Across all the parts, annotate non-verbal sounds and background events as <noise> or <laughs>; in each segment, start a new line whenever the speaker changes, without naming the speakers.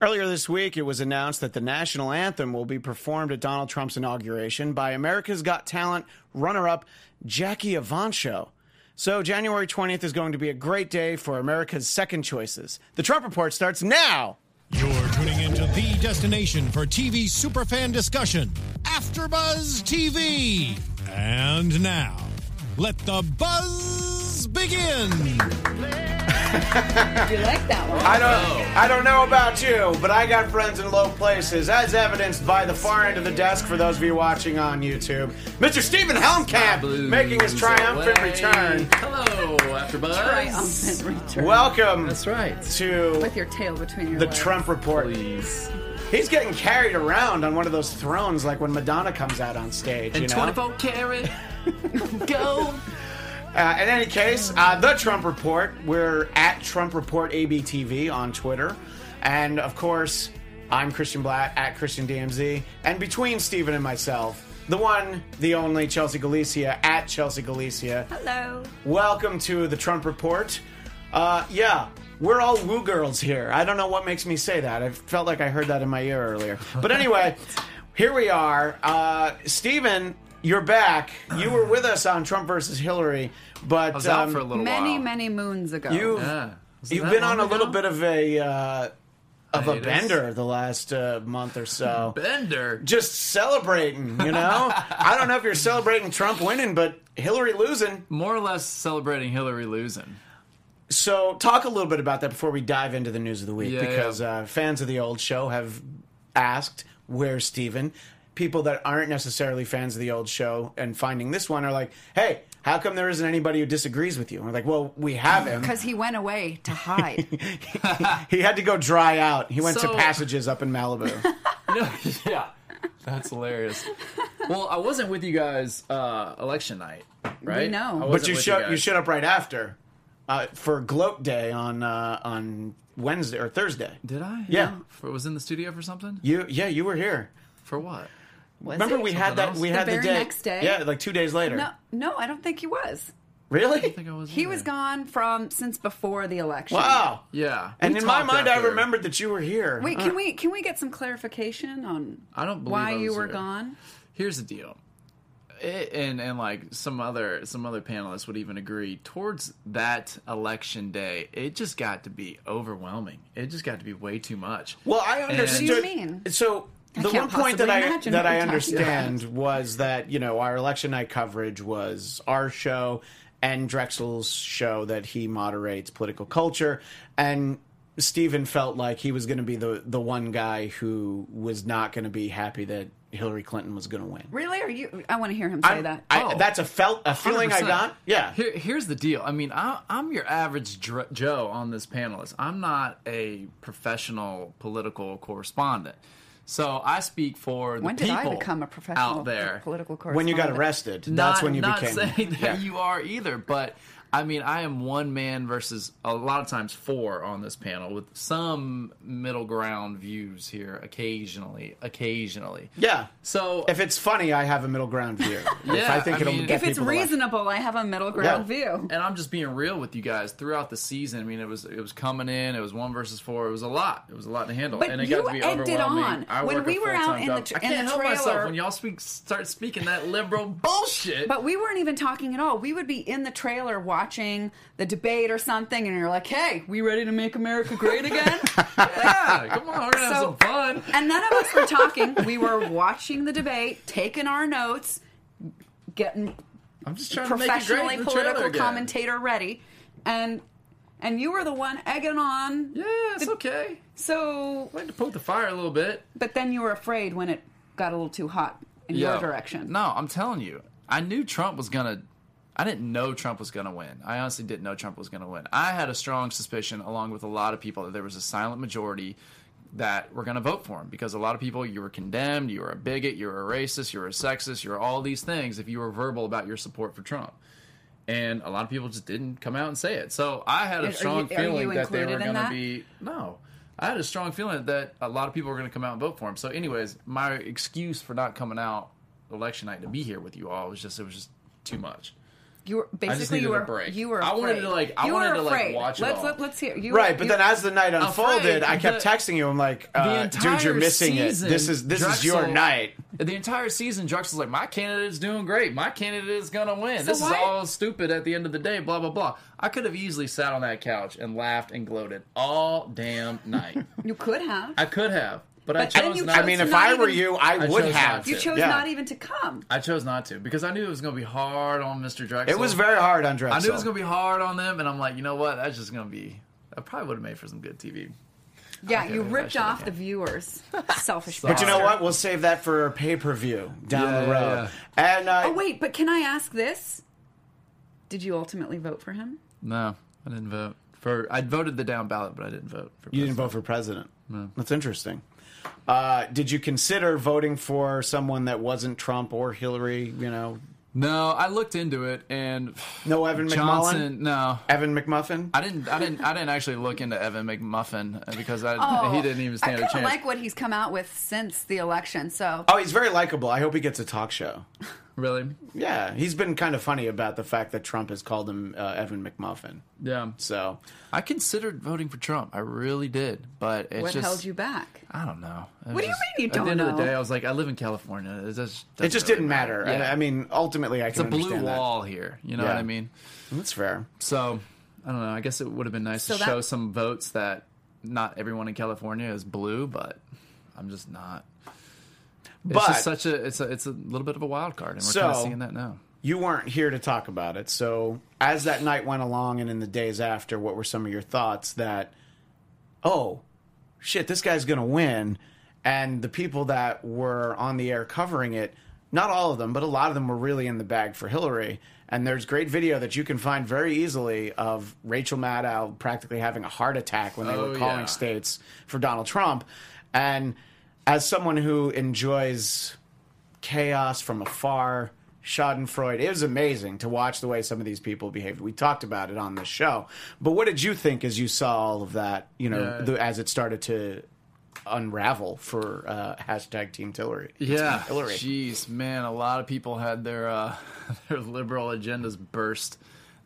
Earlier this week, it was announced that the national anthem will be performed at Donald Trump's inauguration by America's Got Talent runner up Jackie Avancho. So, January 20th is going to be a great day for America's second choices. The Trump Report starts now.
You're tuning into the destination for TV superfan discussion, AfterBuzz TV. And now, let the buzz begin.
You like that one?
I don't, I don't know about you, but I got friends in low places, as evidenced by the far end of the desk for those of you watching on YouTube. Mr. Stephen Helmkamp making his triumphant
Away.
return.
Hello, AfterBuzz.
Triumphant return.
Welcome
That's right.
to
With your tail between your
the
legs.
Trump Report.
Please.
He's getting carried around on one of those thrones, like when Madonna comes out on stage. you
And
know?
24 <laughs> karat gold.
Uh, in any case, uh, the Trump Report. We're at Trump Report ABTV on Twitter, and of course, I'm Christian Blatt at Christian DMZ, and between Steven and myself, the one, the only Chelsea Galicia at Chelsea Galicia.
Hello.
Welcome to the Trump Report. Uh, yeah, we're all woo girls here. I don't know what makes me say that. I felt like I heard that in my ear earlier.
<laughs>
But anyway, here we are. Uh, Steven, you're back. You were with us on Trump versus Hillary, but
I was out
um,
for a little
Many,
while.
many moons ago.
you've,
Yeah. Was it
you've
Uh, that
been on
long
a little
ago?
bit of a uh, of a
Hiatus.
bender the last uh, month or so.
<laughs> Bender.
Just celebrating, you
<laughs>
know. I don't know if you're celebrating Trump winning, but Hillary losing.
More or less celebrating
<laughs>
Hillary losing.
So, talk a little bit about that before we dive into the news of the week,
Yeah,
because
yeah.
Uh, fans of the old show have asked, "Where's Steven? People that aren't necessarily fans of the old show and finding this one are like, "Hey, how come there isn't anybody who disagrees with you?" And we're like, "Well, we have
<laughs>
him.
Because he went away
<laughs>
to hide.
He had to go dry out. He went to
So-
passages up in
<laughs>
Malibu."
No, yeah. That's hilarious. Well, I wasn't with you guys uh, election night, right?
know.
I
But
wasn't
but you
with
showed
guys.
you, showed up right after uh, for Gloat Day on uh, on Wednesday or Thursday.
Did I?
Yeah.
For, was in the studio for something?
You yeah, you were here.
For what?
Was
Remember
he?
we had that
else?
we
The
had the
very
day
next day?
Yeah, like 2 days later.
No, no, I don't think he was.
Really?
I think I was.
He
either.
was gone from since before the election.
Wow. Uh.
Yeah.
And
We
in my
talked
mind, I
after.
remembered that you were here.
Wait, can we can we get some clarification on
I don't believe
why
I
you
was
were
here.
gone?
here's the deal it, and and like some other some other panelists would even agree towards that election day it just got to be overwhelming it just got to be way too much
Well, I
do you
understood.
mean?
So the
can't
one point that
possibly
I
imagine
that
what
I
you're talking
understand was that you know our election night coverage was our show and Drexel's show that he moderates, political culture, and Stephen felt like he was going to be the the one guy who was not going to be happy that Hillary Clinton was going to win.
Really? Are you? I want to hear him say
I'm-
that.
I,
Oh.
That's a felt a feeling I
100%.
got. Yeah.
Here, here's the deal. I mean, I, I'm your average dr- Joe on this panelist. I'm not a professional political correspondent, so I speak for the
when did
people
I become a professional
out there.
political correspondent?
when you got arrested, that's when you
not
became.
saying
<laughs>
that
Yeah.
you are either, but I mean, I am one man versus a lot of times four on this panel with some middle ground views here occasionally, occasionally.
Yeah.
So
If it's funny, I have a middle ground
<laughs>
view. if
Yeah,
I think
I
it'll
mean-
get
If it's
people to laugh.
reasonable, I have a middle ground
Yeah.
view.
and I'm just being real with you guys throughout the season. I mean, it was it was coming in. It was one versus four. It was a lot. It was a lot to handle.
But
and it
you
got to be
egged it
overwhelming.
on.
I
When
work
we
a
were
full-time
out in the
job.
tr-
I
in
can't
the
help myself
trailer-
when y'all speak start speaking that liberal bullshit.
But we weren't even talking at all. We would be in the trailer watching the debate or something, and you're like, "Hey, we ready to make America great again?"
<laughs> yeah, come on, we're gonna have
So-
some fun.
and none of us were talking. We were watching the debate, taking our notes, getting
I'm just trying to make it great
professionally
in the trailer
political
again.
commentator ready, and and you were the one egging on.
Yeah, it's okay.
So,
I like to poke the fire a little bit.
but then you were afraid when it got a little too hot in your direction.
No, I'm telling you, I knew Trump was gonna. I didn't know Trump was gonna win. I honestly didn't know Trump was gonna win. I had a strong suspicion, along with a lot of people, that there was a silent majority that were gonna vote for him because a lot of people you were condemned, you were a bigot, you were a racist, you were a sexist, you were all these things if you were verbal about your support for Trump. And a lot of people just didn't come out and say it. So I had
Are
a
you-
strong
are you
feeling that they were
included in
gonna
that?
be no. I had a strong feeling that a lot of people were going to come out and vote for him. So, anyways, my excuse for not coming out election night to be here with you all was just it was just too much.
You were basically
needed
you were
a break.
you were.
I
Afraid.
wanted to, like- I
you
wanted
were
to, like,
afraid.
watch it
Let's
all.
let, let's hear you.
Right,
were-
but
you- Oh,
then as the night unfolded, I kept
the-
texting you. I'm like, uh, dude, you're
entire
missing
season,
it. This is this is your
Drexel-
night.
The entire season, Drexel's like, my candidate is doing great. My candidate is gonna win. this is
why-
all stupid. At the end of the day, blah blah blah. I could have easily sat on that couch and laughed and gloated all damn night.
<laughs> you could have.
I could have, but, I
But then
chose
you
not.
chose
to.
I mean,
it's
if
not
I were
even-
you, I,
I
would
chose
have.
not
you
to.
chose
Yeah.
not even to come.
I chose not to because I knew it was gonna be hard on Mr. Drexel.
It was very hard on Drexel.
I knew it was gonna be hard on them, and I'm like, you know what? That's just gonna be. I probably would have made for some good TV.
yeah,
okay,
you
maybe I
ripped
should've
off
came.
the <laughs> viewers. Selfish.
But you know
bastard.
what? We'll save that for a pay per view down
Yeah,
the road.
yeah,
And uh,
Oh wait, but can I ask this? Did you ultimately vote for him?
No, I didn't vote for. I voted the down ballot, but I didn't vote for.
you didn't vote for president. That's interesting. Uh, did you consider voting for someone that wasn't Trump or Hillary? You know,
No, I looked into it, and <sighs>
no Evan McMullen,
Johnson. No,
Evan McMuffin.
I didn't. I didn't. I didn't actually look into Evan McMuffin uh, because I, <laughs> he didn't even stand
Oh, I
a
kinda
chance.
like what he's come out with since the election. So
oh, he's very likable. I hope he gets a talk show.
really?
Yeah, he's been kind of funny about the fact that Trump has called him uh, Evan McMuffin.
Yeah.
So
I considered voting for Trump. I really did, but it's
what
just.
held you back?
I don't know. It
What do you
just-
mean you don't
At the end of the
know?
day, I was like, I live in California. It just
it just didn't matter. I, I mean, ultimately, I
it's a
can
blue
understand that.
wall here. You know what
Yeah.
I mean?
That's fair.
So I don't know. I guess it would have been nice
So
to
that-
show some votes that not everyone in California is blue, but I'm just not. It's
But-
just such a it's a it's a little bit of a wild card, and we're
So-
kind of seeing that now.
you weren't here to talk about it. So, as that night went along and in the days after, what were some of your thoughts that, oh, shit, this guy's going to win? And the people that were on the air covering it, not all of them, but a lot of them were really in the bag for Hillary. And there's great video that you can find very easily of Rachel Maddow practically having a heart attack when they
Oh,
were calling
yeah.
states for Donald Trump. And as someone who enjoys chaos from afar, Schadenfreude. It was amazing to watch the way some of these people behaved. We talked about it on the show. But what did you think as you saw all of that, you know,
Yeah.
the, as it started to unravel for uh, hashtag Team Hillary?
Yeah,
Hillary.
Jeez, man, a lot of people had their uh, <laughs> their liberal agendas burst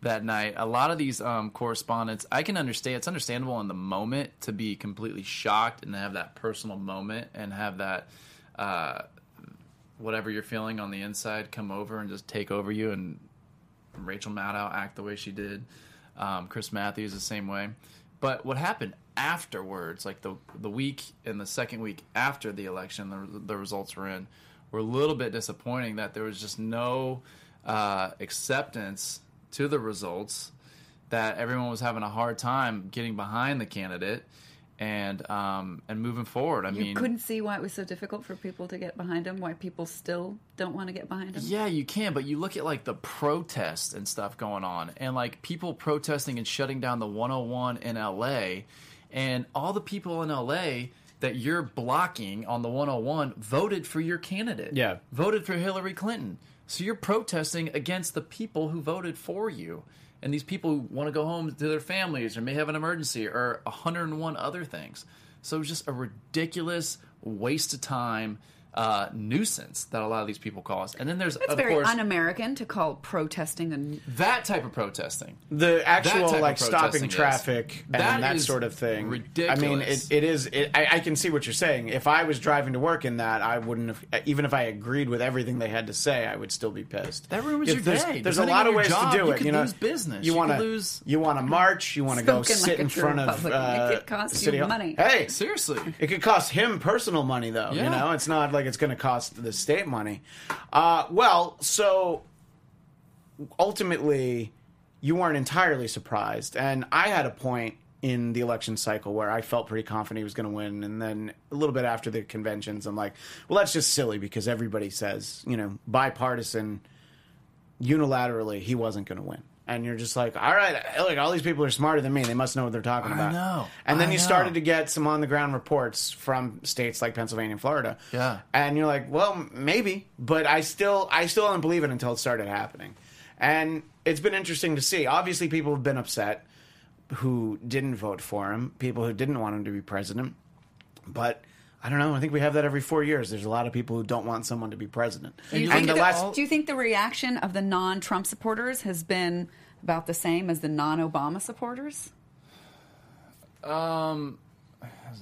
that night. A lot of these um, correspondents, I can understand. It's understandable in the moment to be completely shocked and have that personal moment and have that uh, whatever you're feeling on the inside come over and just take over you. And Rachel Maddow act the way she did. Um, Chris Matthews the same way. But what happened afterwards, like the the week and the second week after the election, the, the results were in, were a little bit disappointing that there was just no uh, acceptance to the results. That everyone was having a hard time getting behind the candidate and um, and moving forward. I
You
mean,
couldn't see why it was so difficult for people to get behind him. Why people still don't want to get behind him.
Yeah, you can, but you look at like the protests and stuff going on, and like people protesting and shutting down the 101 in LA, and all the people in LA that you're blocking on the 101 voted for your candidate.
Yeah.
Voted for Hillary Clinton. So you're protesting against the people who voted for you. And these people who want to go home to their families or may have an emergency or 101 other things. So it was just a ridiculous waste of time uh, nuisance that a lot of these people caused. And then there's,
It's
of
very
course,
un-American to call protesting and
that type of protesting.
the
type
actual
of
like
protesting
stopping
is-
traffic and
that
that,
is
sort of thing. I mean, it,
ridiculous.
it is. It, I, I can see what you're saying. If I was driving to work in that, I wouldn't have. Even if I agreed with everything they had to say, I would still be pissed.
That ruins
If
your
there's,
day.
There's a
Depending
lot
on
of
your
ways
job,
to do
you
it.
could
you know,
lose business.
You
You
want
could
to
lose-
You want to march. You want to go
Spoken
sit
like a
in
true
front of.
Republican.
Uh,
It could cost you
City Hall.
money.
Hey,
Seriously.
it could cost him personal money, though. You
Yeah.
know, it's not like it's going to cost the state money. Uh, well, so ultimately, you weren't entirely surprised. And I had a point in the election cycle where I felt pretty confident he was going to win. And then a little bit after the conventions, I'm like, well, that's just silly because everybody says, you know, bipartisan, unilaterally, he wasn't going to win. And you're just like, all right, like all these people are smarter than me. They must know what they're talking about.
know.
And then
I
you
know.
started to get some on the ground reports from states like Pennsylvania and Florida.
Yeah.
And you're like, well, m- maybe, but I still I still don't believe it until it started happening. And it's been interesting to see. Obviously, people have been upset who didn't vote for him, people who didn't want him to be president. But I don't know. I think we have that every four years. There's a lot of people who don't want someone to be president.
Do you,
And
think
the
that-
last-
do you think the reaction of the non-Trump supporters has been about the same as the non-Obama supporters?
Has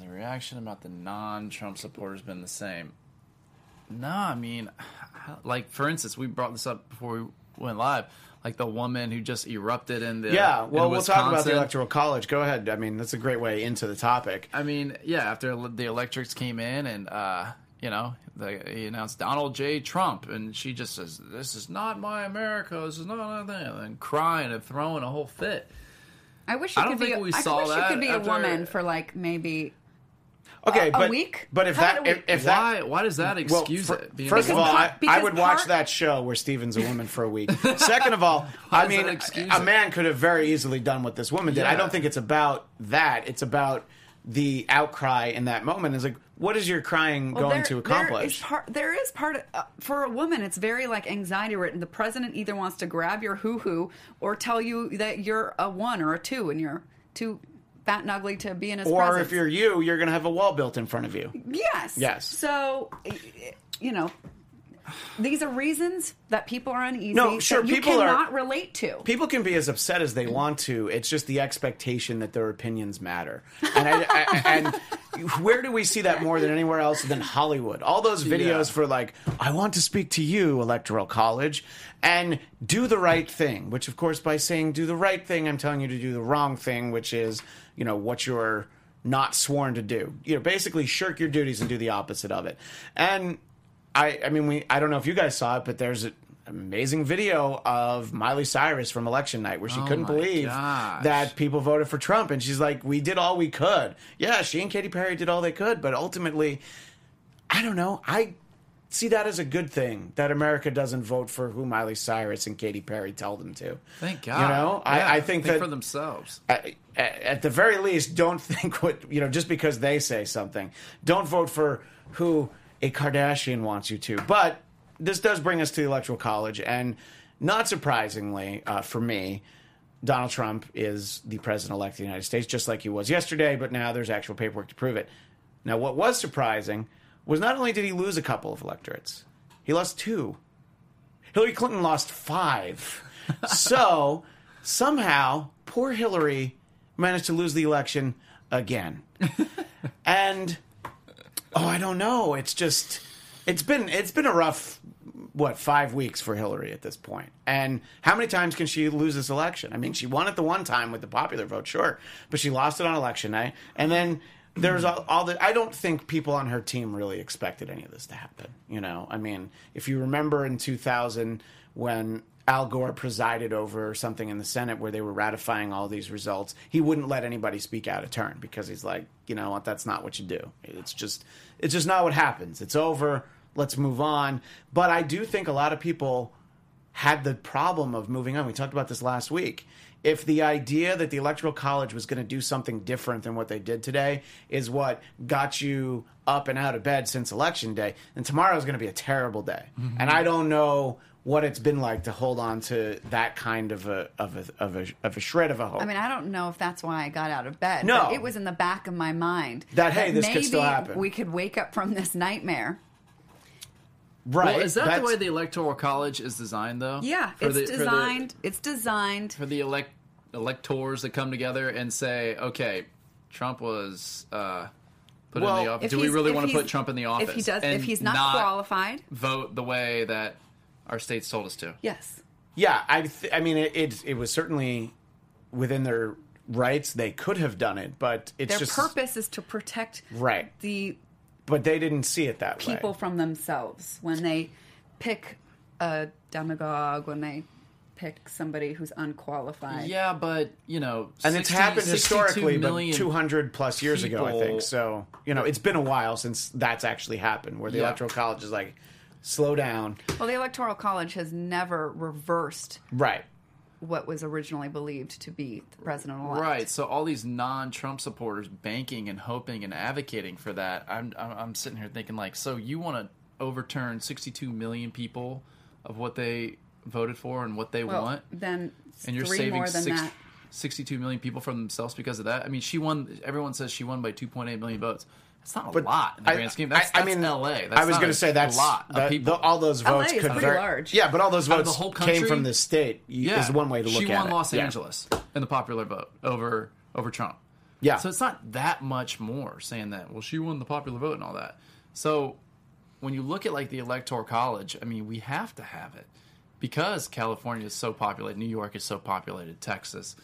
the reaction about the non-Trump supporters been the same? No, I mean, <sighs> like for instance, we brought this up before we went live. Like the woman who just erupted in the
Yeah, well,
in
we'll talk about the
Wisconsin.
electoral college. Go ahead. I mean, that's a great way into the topic.
I mean, yeah, after el- the electrics came in and, uh, you know, the, he announced Donald J. Trump, and she just says, This is not my America. This is not anything. And then crying and throwing a whole fit.
I wish you
I don't
could be.
think
a-
we
I
saw
wish you
that
could be
after-
a woman for like maybe
Okay,
A- a
but
week?
But if
How
that
about a
if,
week?
if that
why, why does that
Well,
excuse
fir-
it? being
first of
a
all,
woman?
I,
part- because
I would watch
part-
that show where Steven's a woman for a
<laughs>
week. Second of
<laughs>
all, I
does
mean,
that excuse
a
it?
man could have very easily done what this woman did. I
Yeah.
don't think it's about that. It's about the outcry in that moment. It's like, what is your crying
Well,
going
there-
to
There is
accomplish?
part. There is part uh, for a woman. It's very like anxiety ridden. The president either wants to grab your hoo hoo or tell you that you're a one or a two and you're too fat and ugly to be in his
Or
presence.
if you're you, you're going to have a wall built in front of you.
yes
Yes.
So y- y- you know. These are reasons that people are uneasy
No, sure,
that you
people are-
cannot relate to.
People can be as upset as they want to. It's just the expectation that their opinions matter. And, I, I, and where do we see that more than anywhere else than Hollywood? All those videos
Yeah.
for like, I want to speak to you, Electoral College, and do the right thing. Which, of course, by saying do the right thing, I'm telling you to do the wrong thing, which is, you know, what you're not sworn to do. You know, basically shirk your duties and do the opposite of it. And I, I mean, we, I don't know if you guys saw it, but there's an amazing video of Miley Cyrus from election night where she couldn't
Oh my
believe
gosh.
that people voted for Trump. And she's like, we did all we could. Yeah, she and Katy Perry did all they could, but ultimately, I don't know. I see that as a good thing that America doesn't vote for who Miley Cyrus and Katy Perry tell them to.
Thank God.
You know,
Yeah,
I, I think that
for themselves.
at, at the very least, don't <laughs> think what you know just because they say something. Don't vote for who a Kardashian wants you to. But this does bring us to the Electoral College, and not surprisingly uh, for me, Donald Trump is the president elect of the United States, just like he was yesterday. But now there's actual paperwork to prove it. Now, what was surprising was not only did he lose a couple of electorates, he lost two. Hillary Clinton lost five. so somehow, poor Hillary managed to lose the election again. and oh, I don't know. It's just it's been it's been a rough what five weeks for Hillary at this point. And how many times can she lose this election? I mean, she won it the one time with the popular vote, sure, but she lost it on election night, and then. There's all, all the. I don't think people on her team really expected any of this to happen. You know, I mean, if you remember in 2000 when Al Gore presided over something in the Senate where they were ratifying all these results, he wouldn't let anybody speak out of turn because he's like, you know what, that's not what you do. It's just it's just not what happens. It's over. Let's move on. But I do think a lot of people had the problem of moving on. We talked about this last week. If the idea that the Electoral College was going to do something different than what they did today is what got you up and out of bed since Election Day, then tomorrow is going to be a terrible day.
Mm-hmm.
And I don't know what it's been like to hold on to that kind of a of a of a, of a shred of a hope.
I mean, I don't know if that's why I got out of bed.
No.
but it was in the back of my mind
That, hey, this could still
maybe
happen.
We could wake up from this nightmare.
right?
Well, is that
That's-
the way the Electoral College is designed, though?
Yeah,
For
it's
the- for the-
designed. it's designed.
for the elect electors that come together and say, okay, Trump was uh, put
Well,
in the office.
if
Do we
he's-
really
if
want to
he's-
put Trump in the office?
If he does, if
and
he's not, qualified,
vote the way that our states told us to.
yes.
Yeah, I th- I mean it, it it was certainly within their rights they could have done it, but it's
Their
just
purpose is to protect
Right.
the
But they didn't see it that
people
way.
from themselves when they pick a demagogue when they pick somebody who's unqualified.
Yeah, but you know,
And it's
60
happened
62
historically, but
million
200 plus years ago, I think.
people-
So, you know, it's been a while since that's actually happened, where the
Yeah.
Electoral College is like, slow down.
Well, the Electoral College has never reversed
Right.
what was originally believed to be the president elect.
Right, so all these non-Trump supporters banking and hoping and advocating for that. I'm I'm, I'm sitting here thinking like, so you want to overturn 62 million people of what they voted for and what they
Well,
want?
then
and you're
three
saving
more than
six-
that.
62 million people from themselves because of that. I mean, she won. Everyone says she won by 2.8 million votes. It's not a
But
lot in the
I-
grand scheme. That's,
I- I
that's
mean,
LA. That's
I was
not
going
a
to say that's
lot of
that-
people.
the- all those
LA
votes
is
could
pretty
very-
large.
Yeah, but all those
Out of
votes
the whole
came
country?
from this state. y-
yeah.
Is one way to look
she
at
won
it.
Los
Yeah.
Angeles in the popular vote over over Trump.
Yeah.
So it's not that much more saying that. Well, she won the popular vote and all that. So when you look at like the electoral college, I mean, we have to have it because California is so populated, New York is so populated, Texas.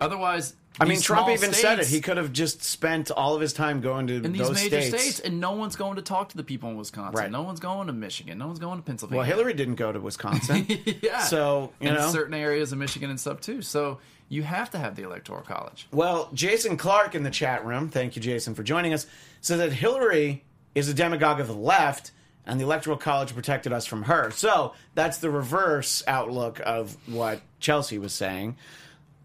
Otherwise,
I mean,
these
Trump
small
even said it.
states-
He could have just spent all of his time going to
in these
those
major
states.
states. and no one's going to talk to the people in Wisconsin.
Right.
No one's going to Michigan. No one's going to Pennsylvania.
Well, Hillary didn't go to Wisconsin.
<laughs> yeah.
So, you
in
know.
certain areas of Michigan and stuff too. So you have to have the electoral college.
Well, Jason Clark in the chat room, thank you, Jason, for joining us, said that Hillary is a demagogue of the left and the Electoral College protected us from her. So that's the reverse outlook of what Chelsea was saying.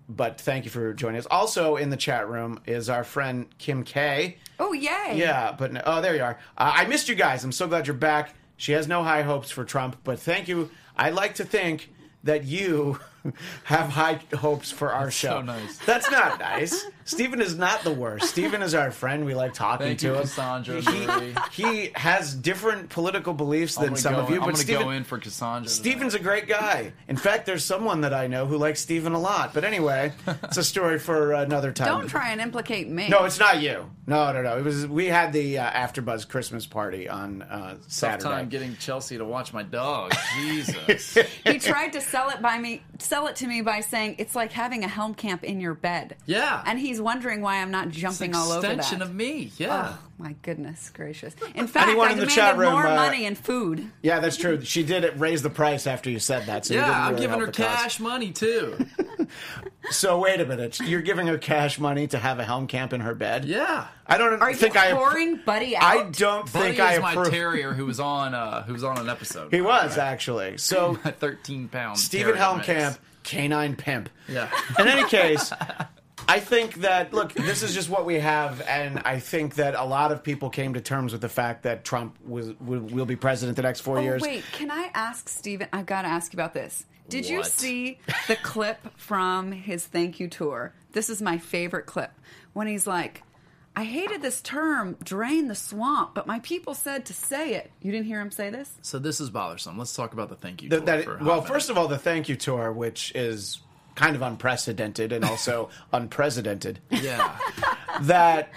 But thank you for joining us. Also in the chat room is our friend Kim K.
Oh yay!
Yeah, but no, oh, there you are. Uh, I missed you guys. I'm so glad you're back. She has no high hopes for Trump, but thank you. I like to think that you <laughs> have high hopes for our show.
nice.
That's not nice. Stephen is not the worst. Stephen is our friend. We like talking
Thank
to
you,
him.
Cassandra
He-
Marie.
He, has different political beliefs than
I'm gonna
some
go
of you,
in, I'm
but
gonna go
Stephen.
in for uh, Cassandra. tonight.
Steven's a great guy. In fact, there's someone that I know who likes Steven a lot. But anyway, it's a story for another time.
Don't try and implicate me.
No, it's not you. No, no, no. It was we had the uh, AfterBuzz Christmas party on uh,
tough
Saturday.
time getting Chelsea to watch
<laughs>
my dog. Jesus.
<laughs> he tried to sell it by me, sell it to me by saying it's like having a helm camp in your bed.
Yeah.
and he's wondering why I'm not
It's an
jumping all over
extension
that.
of me. Yeah.
Oh my goodness gracious! In fact,
Anyone
I
in the
demanded
chat room,
more
uh,
money and food.
yeah, that's true. She did it raise the price after you said that. So you didn't
yeah, I'm
really
giving
help
her
the cause.
cash money too.
<laughs> So wait a minute, you're giving her cash money to have a helm camp in her bed?
Yeah.
I don't
Are you
think I.
pouring Buddy out?
I don't
Buddy
think I
is my
approve.
terrier who was on uh, who was on an episode.
he
<laughs>
was actually so.
a 13 pound
Stephen
terrier mix.
Helmkamp, canine pimp.
Yeah.
In any case, I think that
<laughs>
look, this is just what we have, and I think that a lot of people came to terms with the fact that Trump was, will, will be president the next four
Oh,
years.
Wait, can I ask Steven? I've got to ask you about this. Did you
What?
see the clip from his thank you tour? This is my favorite clip when he's like, I hated this term, drain the swamp, but my people said to say it. You didn't hear him say this?
So this is bothersome. Let's talk about the thank you.
Th-
tour
that-
for a hot
well,
minute.
first of all, the thank you tour, which is kind of unprecedented and
<laughs>
also unprecedented.
yeah,
that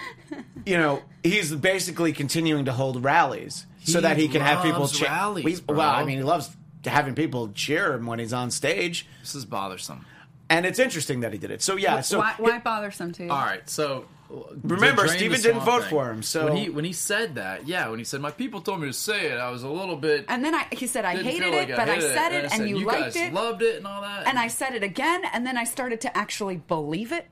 you know he's basically continuing to hold rallies so
He
that he can have people
loves
cheer.
rallies, bro.
well, I mean, he loves having people cheer him when he's on stage,
this is bothersome.
and it's interesting that he did it. So yeah, Uh, so
why why bothersome to you?
All right, so
Remember,
the drain
Steven
the
didn't
swamp
vote for him, so-
when he when he said that, yeah, when he said my people told me to say it, I was a little bit.
And then I, he said, I
didn't
hated
feel like
it, but I
hated
said it,
I
and
said,
you,
you
liked
guys
it.
loved it, and all that.
and I said it again, and then I started to actually believe it.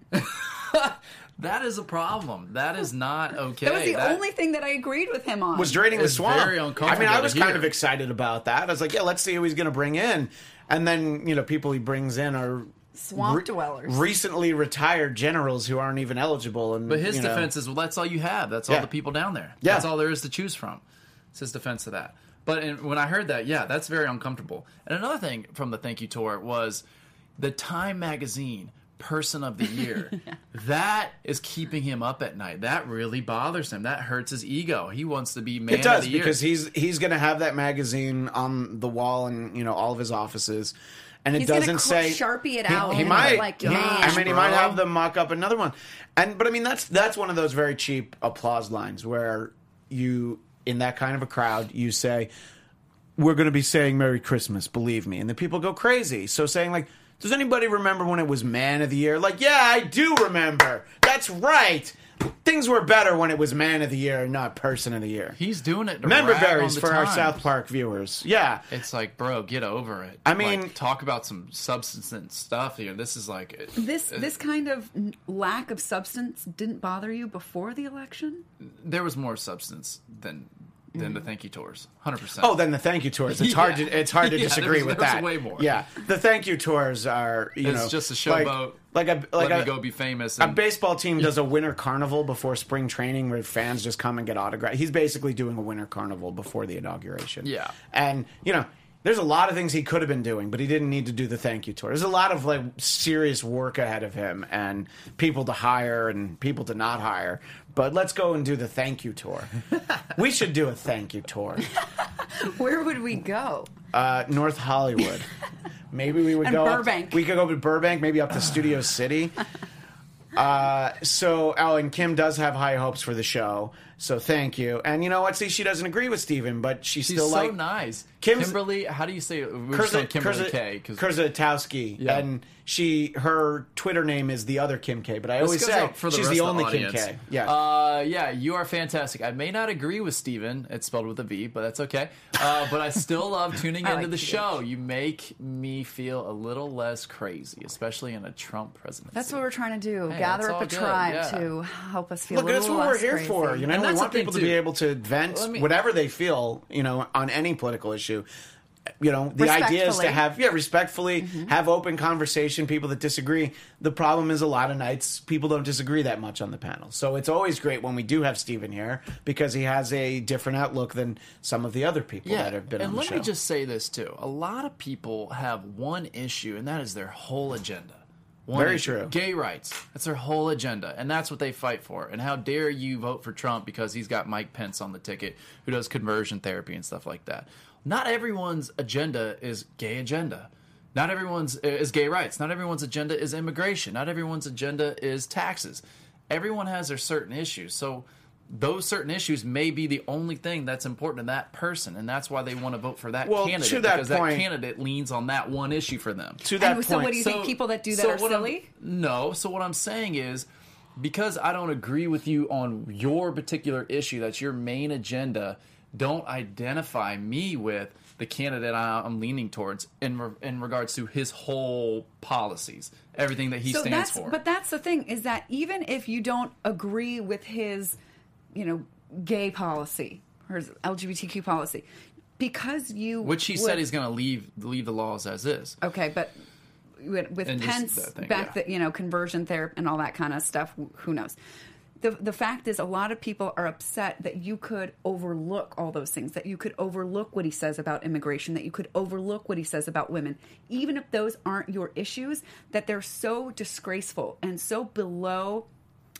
that is a problem. That is not okay.
That was the only thing that I agreed with him on.
was draining the
It's
swamp.
very
I mean,
uncomfortable
I
to
was kind
hear.
of excited about that. I was like, yeah, let's see who he's going to bring in, and then you know, people he brings in are.
Swamp dwellers.
recently retired generals who aren't even eligible, and
But his
you know-
defense is, well, that's all you have. That's
Yeah.
all the people down there.
Yeah.
That's all there is to choose from. It's his defense of that. But in, when I heard that, yeah, that's very uncomfortable. And another thing from the Thank You Tour was the Time Magazine Person of
<laughs>
the Year. That is keeping him up at night. That really bothers him. That hurts his ego. He wants to be man
It does
of the year.
because he's he's going to have that magazine on the wall and you know all of his offices, and it
He's gonna
doesn't
cl-
say
Sharpie it
He-
out
He
and,
might.
Oh, like,
He- I
gosh,
mean, he might
bro.
have them mock up another one, and but I mean that's that's one of those very cheap applause lines where you in that kind of a crowd you say we're going to be saying Merry Christmas, believe me, and the people go crazy. So saying like. Does anybody remember when it was Man of the Year? Like, yeah, I do remember. That's right. Things were better when it was Man of the Year and not Person of the Year.
he's doing it. to
Member
rag on
berries
the
for our
Times.
South Park viewers. Yeah.
It's like, bro, get over it.
I mean-
Like, talk about some substance and stuff here. This is like
This this kind of n- lack of substance didn't bother you before the election? <laughs>
there was more substance than than the thank you tours. Hundred percent.
Oh, then the thank you tours. It's hard to
Yeah.
it's hard to
<laughs> Yeah,
disagree
there's-
with
there's
that.
way more.
Yeah, the thank you tours are you
It's
know
just a
like-
showboat.
Like, a like
let
a,
me go be famous.
a
and-
baseball team does a winter carnival before spring training where fans just come and get autographs. He's basically doing a winter carnival before the inauguration.
Yeah.
and you know. There's a lot of things he could have been doing, but he didn't need to do the thank you tour. There's a lot of like serious work ahead of him and people to hire and people to not hire. But let's go and do the thank you
<laughs>
tour. we should do a thank you tour.
Where would we go?
Uh, North
<laughs>
Hollywood. Maybe we would
And
go up-
Burbank.
we could go to Burbank, maybe up to
<laughs>
Studio City. Uh, so, oh, and Kim does have high hopes for the show. So, thank you. And you know what? See, she doesn't agree with Steven, but she's,
She's
still
so
like
nice.
Kim's-
Kimberly, how do you say it? We were
Kurza-
saying Kimberly
Kurza-
K. 'cause-
Kurzatowski,
Yeah.
and she her Twitter name is the other Kim K. But I always
goes
say
out for the
she's
rest
the
of
only Kim
audience.
K. Yeah,
Uh, yeah, you are fantastic. I may not agree with Steven. It's spelled with a V, but that's okay. Uh, but I still love tuning
I
into
like
the
TH.
show. You make me feel a little less crazy, especially in a Trump presidency.
That's what we're trying to do.
Hey,
Gather
that's
up
all
a
good,
tribe
yeah.
to help us feel
look,
a little
that's what we're
less
here
crazy.
for. You know,
And
we
that's
want
the thing,
people to be
too.
able to vent
Let me-
whatever they feel, you know, on any political issue. You know, the idea is to
Respectfully.
have yeah, respectfully
Mm-hmm.
have open conversation. People that disagree. The problem is a lot of nights people don't disagree that much on the panel. So it's always great when we do have Steven here because he has a different outlook than some of the other people that have been
and
on the
let
show.
me just say this too: a lot of people have one issue, and that is their whole agenda. One
Very
issue.
true.
Gay rights—that's their whole agenda, and that's what they fight for. And how dare you vote for Trump because he's got Mike Pence on the ticket, who does conversion therapy and stuff like that. Not everyone's agenda is gay agenda. Not everyone's uh, is gay rights. Not everyone's agenda is immigration. Not everyone's agenda is taxes. Everyone has their certain issues. So those certain issues may be the only thing that's important to that person, and that's why they want to vote for that
Well,
candidate
to that
because
point-
that candidate leans on that one issue for them.
to that
And
point,
so what do you think people that do that are
what I'm-
silly?
No. So what I'm saying is, because I don't agree with you on your particular issue, that's your main agenda. Don't identify me with the candidate I- I'm leaning towards in re- in regards to his whole policies, everything that he
so
stands
that's
for.
but that's the thing is that even if you don't agree with his you know gay policy or his lgbtq policy because you
which he
would-
said he's going to leave leave the laws as is.
okay but with, with
And just
pence
that thing,
back
yeah.
the you know conversion therapy and all that kind of stuff wh- who knows the, the fact is a lot of people are upset that you could overlook all those things that you could overlook what he says about immigration that you could overlook what he says about women even if those aren't your issues that they're so disgraceful and so below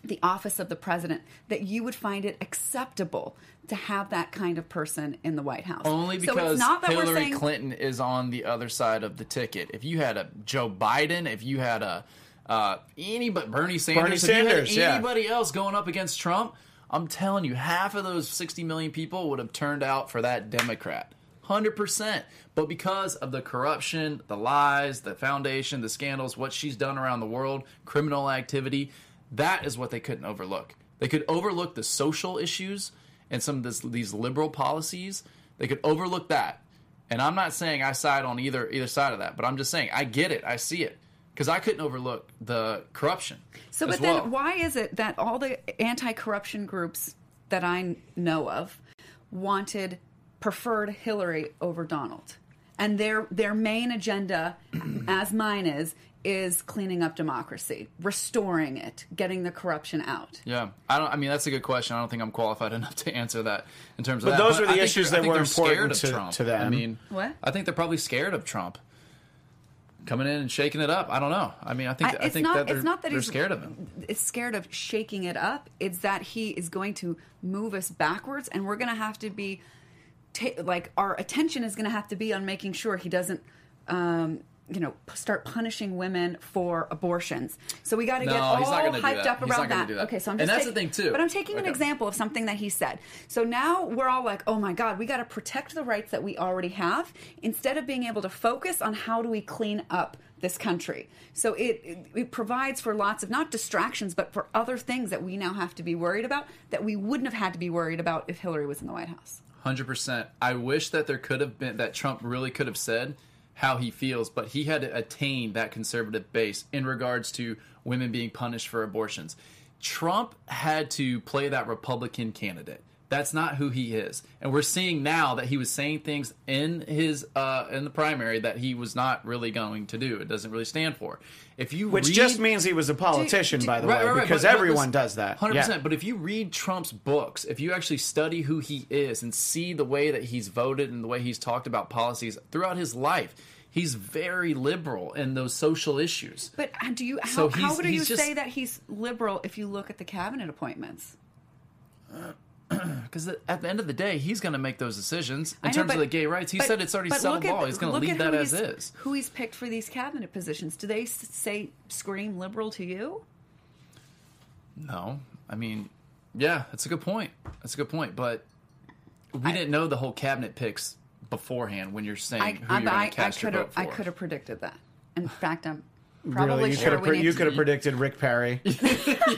the office of the president that you would find it acceptable to have that kind of person in the white house
Only because
so it's not that
Hillary
we're saying
Clinton is on the other side of the ticket. If you had a Joe Biden, if you had a uh, any but Bernie Sanders,
Bernie
if you had
Sanders, yeah.
anybody else going up against Trump, I'm telling you, half of those 60 million people would have turned out for that Democrat. 100%. But because of the corruption, the lies, the foundation, the scandals, what she's done around the world, criminal activity, that is what they couldn't overlook. They could overlook the social issues and some of this, these liberal policies. They could overlook that. And I'm not saying I side on either either side of that, but I'm just saying I get it. I see it. Because I couldn't overlook the corruption.
So,
as
but
well.
then why is it that all the anti corruption groups that I know of wanted, preferred Hillary over Donald? And their, their main agenda, <clears throat> as mine is, is cleaning up democracy, restoring it, getting the corruption out.
Yeah, I don't. I mean, that's a good question. I don't think I'm qualified <laughs> enough to answer that in terms of.
But
that.
those are the
I think
issues
they're- I
that
think
were
they're scared
important
of
to-
Trump.
to them.
I mean,
What?
I think they're probably scared of Trump coming in and shaking it up. I don't know. I mean, I think
I-
I,
it's
think
not-
that
it's
they're,
not that
they're
he's-
scared of him.
It's scared of shaking it up. It's that he is going to move us backwards, and we're going to have to be, ta- like, our attention is going to have to be on making sure he doesn't, um, you know, p- start punishing women for abortions. So we got to get
No,
all
he's not gonna do
hyped
that.
up
He's
around
not gonna do that.
Okay, so I'm
And
just
that's the
taking-
thing, too.
But I'm taking an
Okay.
example of something that he said. So now we're all like, oh my God, we got to protect the rights that we already have instead of being able to focus on how do we clean up this country. So it, it, it provides for lots of not distractions, but for other things that we now have to be worried about that we wouldn't have had to be worried about if Hillary was in the White House.
Hundred percent. I wish that there could have been that Trump really could have said how he feels, but he had to attain that conservative base in regards to women being punished for abortions. Trump had to play that Republican candidate That's not who he is. And we're seeing now that he was saying things in his uh, in the primary that he was not really going to do. It doesn't really stand for. If you
Which
read,
just means he was a politician,
Do- do-
by the
right,
way,
right, right,
because
but- but
everyone
listen,
does that.
100%.
Yeah.
But if you read Trump's books, if you actually study who he is and see the way that he's voted and the way he's talked about policies throughout his life, he's very liberal in those social issues.
But uh, do you how,
So
how
he's-
do you
he's just-
say that he's liberal if you look at the cabinet appointments?
Because at the end of the day, he's going to make those decisions in
I know,
terms
but-
of the gay rights. He
but-
said it's already
but
settled
look at-
law. He's going to
look
leave
at
that
who
as
he's-
is.
Who he's picked for these cabinet positions? Do they s- say scream liberal to you?
No, I mean, yeah, that's a good point. That's a good point. But we didn't know the whole cabinet picks beforehand when you're saying
I
who
I,
you're going
I,
to
I
cast
could
your
have
vote for.
I could have predicted that. In fact, I'm probably
Really, you
sure
could have
we need
you
to-
could have predicted Rick Perry.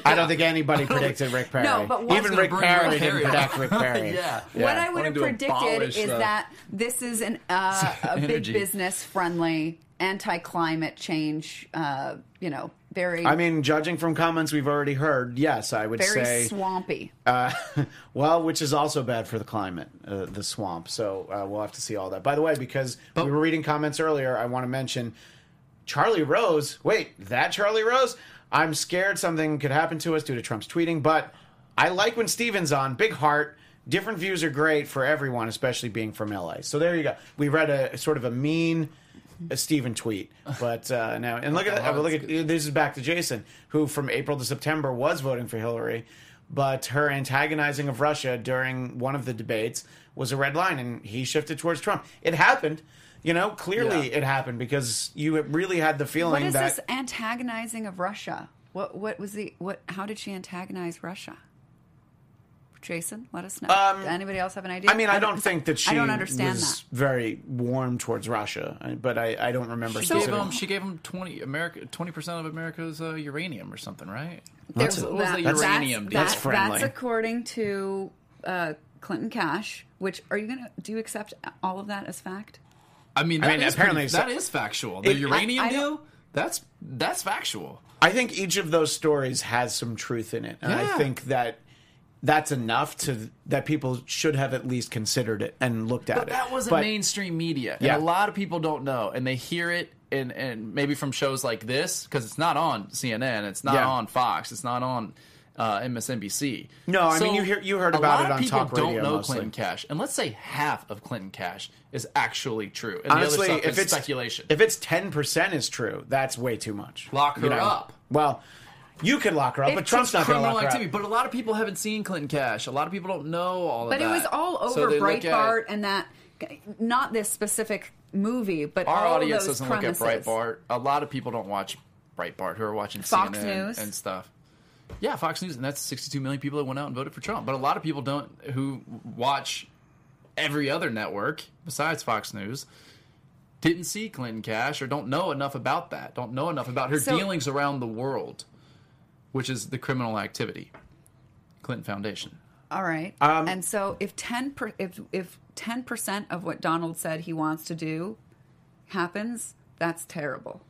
I don't think anybody predicted Rick Perry.
No, but what's
even
gonna
Rick
bring
Perry
Rick
didn't
Perry up?
predict Rick Perry.
<laughs> Yeah.
What
Yeah.
I would have
Wanted to
predicted
abolish
is
the-
uh,
that this is an
<laughs>
uh, a big
Energy.
business friendly, anti climate change. Uh, you know, very
I mean, judging from comments we've already heard, yes, I would
very
say
swampy.
Uh, <laughs> well, which is also bad for the climate, uh, the swamp. So uh, we'll have to see all that. By the way, because we were reading comments earlier, I want to mention Charlie Rose. Wait, that Charlie Rose? I'm scared something could happen to us due to Trump's tweeting, but I like when Steven's on. Big heart. Different views are great for everyone, especially being from LA. So there you go. We read a sort of a mean a Steven tweet, but uh, now and look at that. Look at this is back to Jason, who from April to September was voting for Hillary, but her antagonizing of Russia during one of the debates was a red line, and he shifted towards Trump. It happened, you know. Clearly,
Yeah.
it happened because you really had the
What
feeling
is
that
this antagonizing of Russia? What what was the what? How did she antagonize Russia? Jason, let us know. Does Anybody else have an idea?
Um, I mean, I don't think that she
I don't understand
was
that.
very warm towards Russia, I- but I, I don't remember.
She
So-
gave
specific-
him. She gave him twenty America, twenty percent of America's uh, uranium or something, right?
There's
What was the
that-
uranium deal?
That's
that-
friendly.
That's according to uh, Clinton Cash. Which are you gonna do? You accept all of that as fact?
I mean, that
mean,
is
apparently
pretty-
so-
that is factual. The
It- I-
uranium
I don't-
deal. That's that's factual.
I think each of those stories has some truth in it, and I
Yeah.
think that that's enough to that people should have at least considered it and looked at
But
it.
that wasn't
But-
mainstream media.
Yeah.
And a lot of people don't know, and they hear it, and and maybe from shows like this because it's not on CNN, it's not
Yeah.
on Fox, it's not on uh, MSNBC.
No, I mean, you hear- you heard
a
about
lot
it
of
on
people
talk
Don't
radio
know
mostly.
Clinton Cash, and let's say half of Clinton Cash is actually true. And
Honestly,
the other stuff
if
is
it's
speculation,
if it's ten percent is true, that's way too much.
Lock her up.
Well, you could lock her up, but
If
Trump's not going to
criminal
lock her
activity.
up.
But a lot of people haven't seen Clinton Cash. A lot of people don't know all of
But
that.
it was all
So
over
they look at-
Breitbart and that, not this specific movie, but
Our
all
audience
of those
doesn't
premises.
look at Breitbart. A lot of people don't watch Breitbart who are watching
Fox
CNN
News.
and stuff. Yeah, Fox News, and that's 62 million people that went out and voted for Trump. But a lot of people don't who watch every other network besides Fox News didn't see Clinton Cash or don't know enough about that. Don't know enough about her
So-
dealings around the world, which is the criminal activity. Clinton Foundation.
All right.
Um,
and so if ten per, if if ten percent of what Donald said he wants to do happens, that's terrible.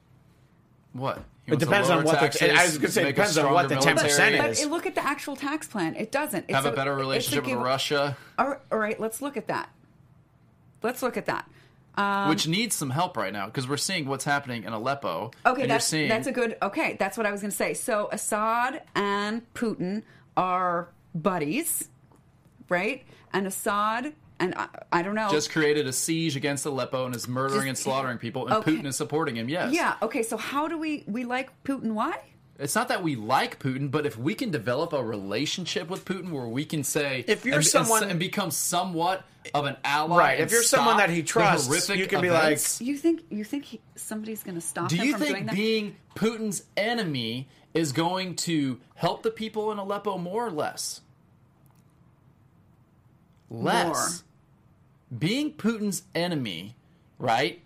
What?
It
He wants to
depends on
lower
what the-
taxes,
I was gonna say, it
make a
depends on what
stronger
the 10%
military,
is.
But it- look at the actual tax plan. It doesn't. It's
Have a
it's
better relationship with
give-
Russia.
All right, all right, let's look at that. Let's look at that.
Um,
which needs some help right now because we're seeing what's happening in Aleppo.
Okay,
and
that's
you're seeing
that's a good. Okay, that's what I was going to say. So Assad and Putin are buddies, right? And Assad and I, I don't know.
just created a siege against Aleppo and is murdering and
Just-
slaughtering people, and
okay.
Putin is supporting him. Yes,
yeah. Okay, so how do we we like Putin? Why?
It's not that we like Putin, but if we can develop a relationship with Putin where we can say
If you're
and, and-
someone-
and, become somewhat of an ally,
Right,
and
if you're someone
stop
that he
the
trusts,
horrific
you can be
events,
You think you think he, somebody's going to stop
Do
him
you
from doing
think
that?
being Putin's enemy is going to help the people in Aleppo more or less? Less. Being Putin's enemy, right?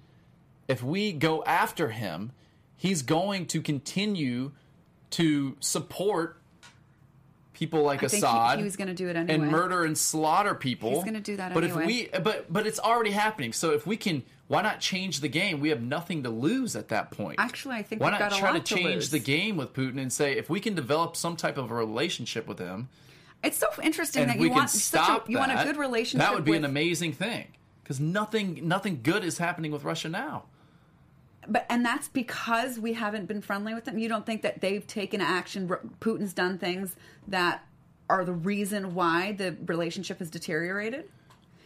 If we go after him, he's going to continue to support people like
I think he-
Assad
he was going to do it anyway.
and murder and slaughter people.
He's gonna do that
but
anyway.
if we, but but it's already happening. So if we can, why not change the game? We have nothing to lose at that point.
Actually, I think
why
we've
not
got a
try
lot to
to change
lose.
the game with Putin and say if we can develop some type of a relationship with him,
It's so interesting
and
that
we
you
can
want
stop
such a, you want a
that,
good relationship.
That would be
with,
an amazing thing because nothing nothing good is happening with Russia now.
But and that's because we haven't been friendly with them. You don't think that they've taken action? R- Putin's done things that are the reason why the relationship has deteriorated.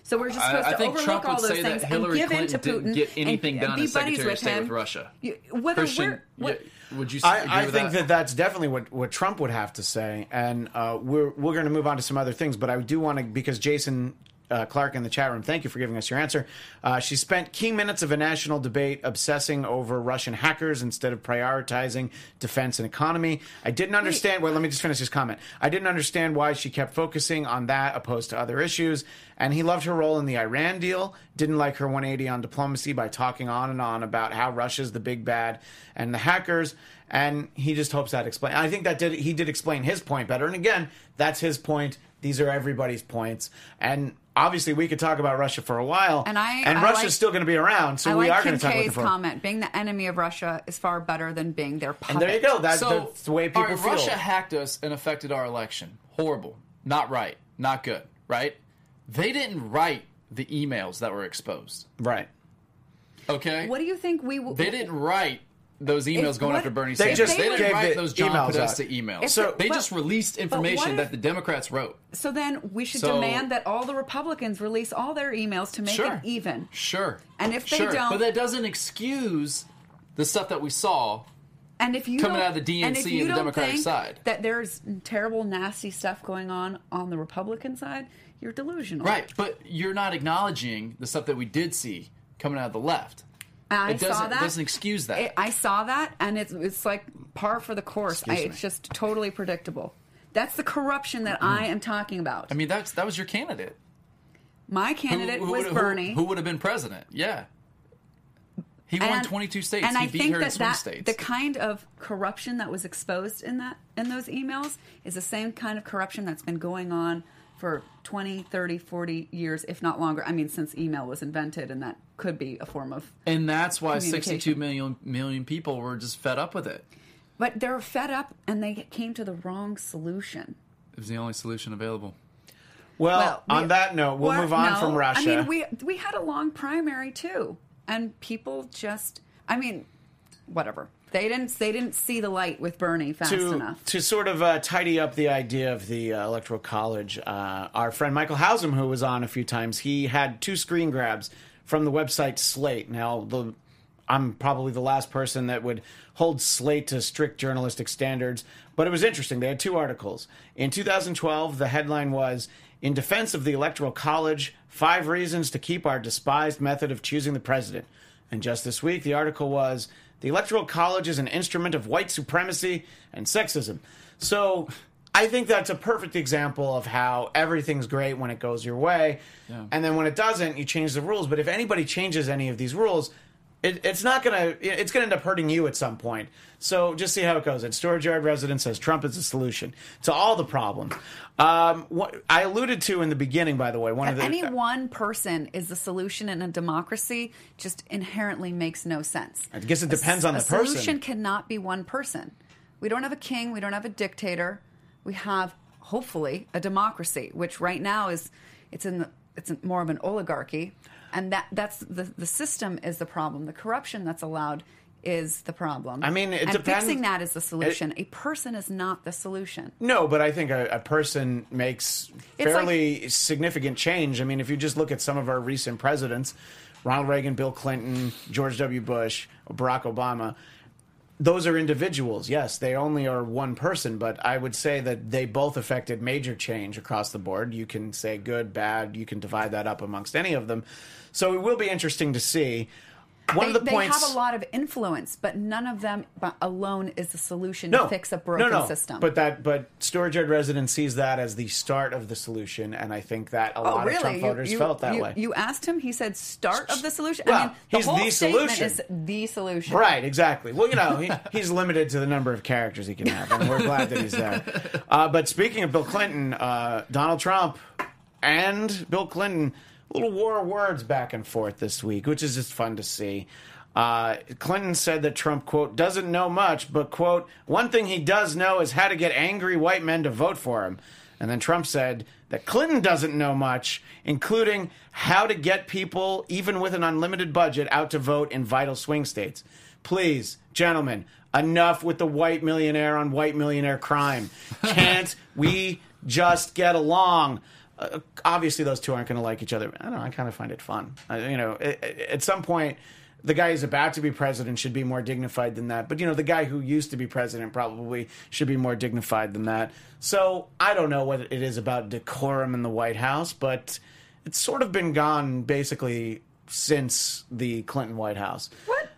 So we're just
I-
supposed
I
to
think
overlook
Trump would
all those
say that
things and
Hillary
give in to
Clinton
Putin
didn't get anything
and,
done
and be
as
buddies
Secretary of
with
State
him.
with Russia.
You- whether
Christian,
we're, what,
yeah, would you agree
I, I
with
think
that?
that that's definitely what, what Trump would have to say, and uh, we're we're going to move on to some other things. But I do want to because Jason uh, Clark in the chat room, thank you for giving us your answer. Uh, she spent key minutes of a national debate obsessing over Russian hackers instead of prioritizing defense and economy. I didn't understand. Well, let me just finish this comment. I didn't understand why she kept focusing on that opposed to other issues. And he loved her role in the Iran deal. Didn't like her 180 on diplomacy by talking on and on about how Russia's the big bad and the hackers and he just hopes that explain. I think that did he did explain his point better. And again, that's his point. These are everybody's points, and obviously we could talk about Russia for a while.
And I-
and
I
Russia's
like-
still going to be around, so
I
we
like
are going
Kim
to talk about it
K's
for.
comment. Being the enemy of Russia is far better than being their puppet.
And there you go. That's,
so
that's the way people
all right,
feel.
Russia hacked us and affected our election. Horrible. Not right. Not good. Right? They didn't write the emails that were exposed.
right.
Okay.
What do you think we? W-
They didn't write those emails
If
going
what-
after Bernie
They
Sanders.
just
they didn't
gave
write
the
those John
emails
Podesta
out.
emails.
So-
they
but-
just released
what
information
if-
that the Democrats wrote.
So then we should
So-
demand that all the Republicans release all their emails to make
Sure.
it even.
Sure.
And if they
Sure.
don't-
but that doesn't excuse the stuff that we saw.
And if you
Coming
don't-
out of the
and if
DNC
you
and the
don't
Democratic
think
side.
that there's terrible, nasty stuff going on on the Republican side, you're delusional.
Right. But you're not acknowledging the stuff that we did see coming out of the left.
And I
it doesn't,
saw that.
doesn't excuse that.
It- I saw that, and it's it's like par for the course. I,
Excuse me.
it's just totally predictable. That's the corruption that I am talking about.
Mm-hmm. I mean, that's that was your candidate.
My candidate was
would've-
Bernie.
Who, would have been president? Yeah. He won 22 states.
And
he
I
beat
think
her in
that,
swing
that
states.
the kind of corruption that was exposed in that in those emails is the same kind of corruption that's been going on for 20, 30, 40 years, if not longer. I mean, since email was invented, and that could be a form of.
and that's why 62
Communication.
million million people were just fed up with it.
But they're fed up, and they came to the wrong solution.
It was the only solution available.
Well,
we-
on that note, we'll
Well,
move on
no.
from Russia.
I mean, we we had a long primary too, and people just, I mean, whatever. They didn't they didn't see the light with Bernie fast
to,
enough.
To sort of uh, tidy up the idea of the uh, Electoral College, uh, our friend Michael Hausum, who was on a few times, he had two screen grabs from the website Slate. Now, the I'm probably the last person that would hold Slate to strict journalistic standards, but it was interesting. They had two articles. In 2012, the headline was In Defense of the Electoral College, Five Reasons to Keep Our Despised Method of Choosing the President. And just this week, the article was The Electoral College is an instrument of white supremacy and sexism. So I think that's a perfect example of how everything's great when it goes your way. And then when it doesn't, you change the rules. But if anybody changes any of these rules, it, it's not gonna. It's gonna end up hurting you at some point. So just see how it goes. And storage yard resident says Trump is the solution to all the problems. Um, what I alluded to in the beginning, by the way, one of the
Any one person is the solution in a democracy just inherently makes no sense.
I guess it depends on the
a
person.
solution cannot be one person. We don't have a king, we don't have a dictator. We have hopefully a democracy, which right now is it's in the, it's more of an oligarchy and that that's the the system is the problem. The corruption that's allowed is the problem.
I mean, it
and
depends-
fixing that is the solution. a person is not the solution.
No, but I think a, a person makes
It's
fairly significant change. I mean, if you just look at some of our recent presidents Ronald Reagan, Bill Clinton, George W. Bush, Barack Obama those are individuals. Yes, they only are one person, but I would say that they both affected major change across the board. You can say good, bad, you can divide that up amongst any of them. So it will be interesting to see. One
They,
of the
they
points
have a lot of influence, but none of them b- alone is the solution to fix a broken system.
But that, but storage yard resident sees that as the start of the solution, and I think that a lot of Trump
Oh, You-
voters
you,
felt that
you-
way.
You asked him. He said, "Start of the solution." I
Well,
mean, the
he's
whole
the
statement
solution.
is the solution.
Right, exactly. Well, you know, he, he's limited to the number of characters he can have, and we're glad that he's there. Uh, but speaking of Bill Clinton, uh, Donald Trump and Bill Clinton, a little war of words back and forth this week, which is just fun to see. Uh, Clinton said that Trump, quote, doesn't know much, but, quote, one thing he does know is how to get angry white men to vote for him. And then Trump said that Clinton doesn't know much, including how to get people, even with an unlimited budget, out to vote in vital swing states. Please, gentlemen, enough with the white millionaire on white millionaire crime. Can't we just get along? Uh, obviously, those two aren't going to like each other. I don't know. I kind of find it fun. I, you know, a- a- at some point, the guy who's about to be president should be more dignified than that. But you know, the guy who used to be president probably should be more dignified than that. So I don't know what it is about decorum in the White House, but it's sort of been gone basically since the Clinton White House.
What?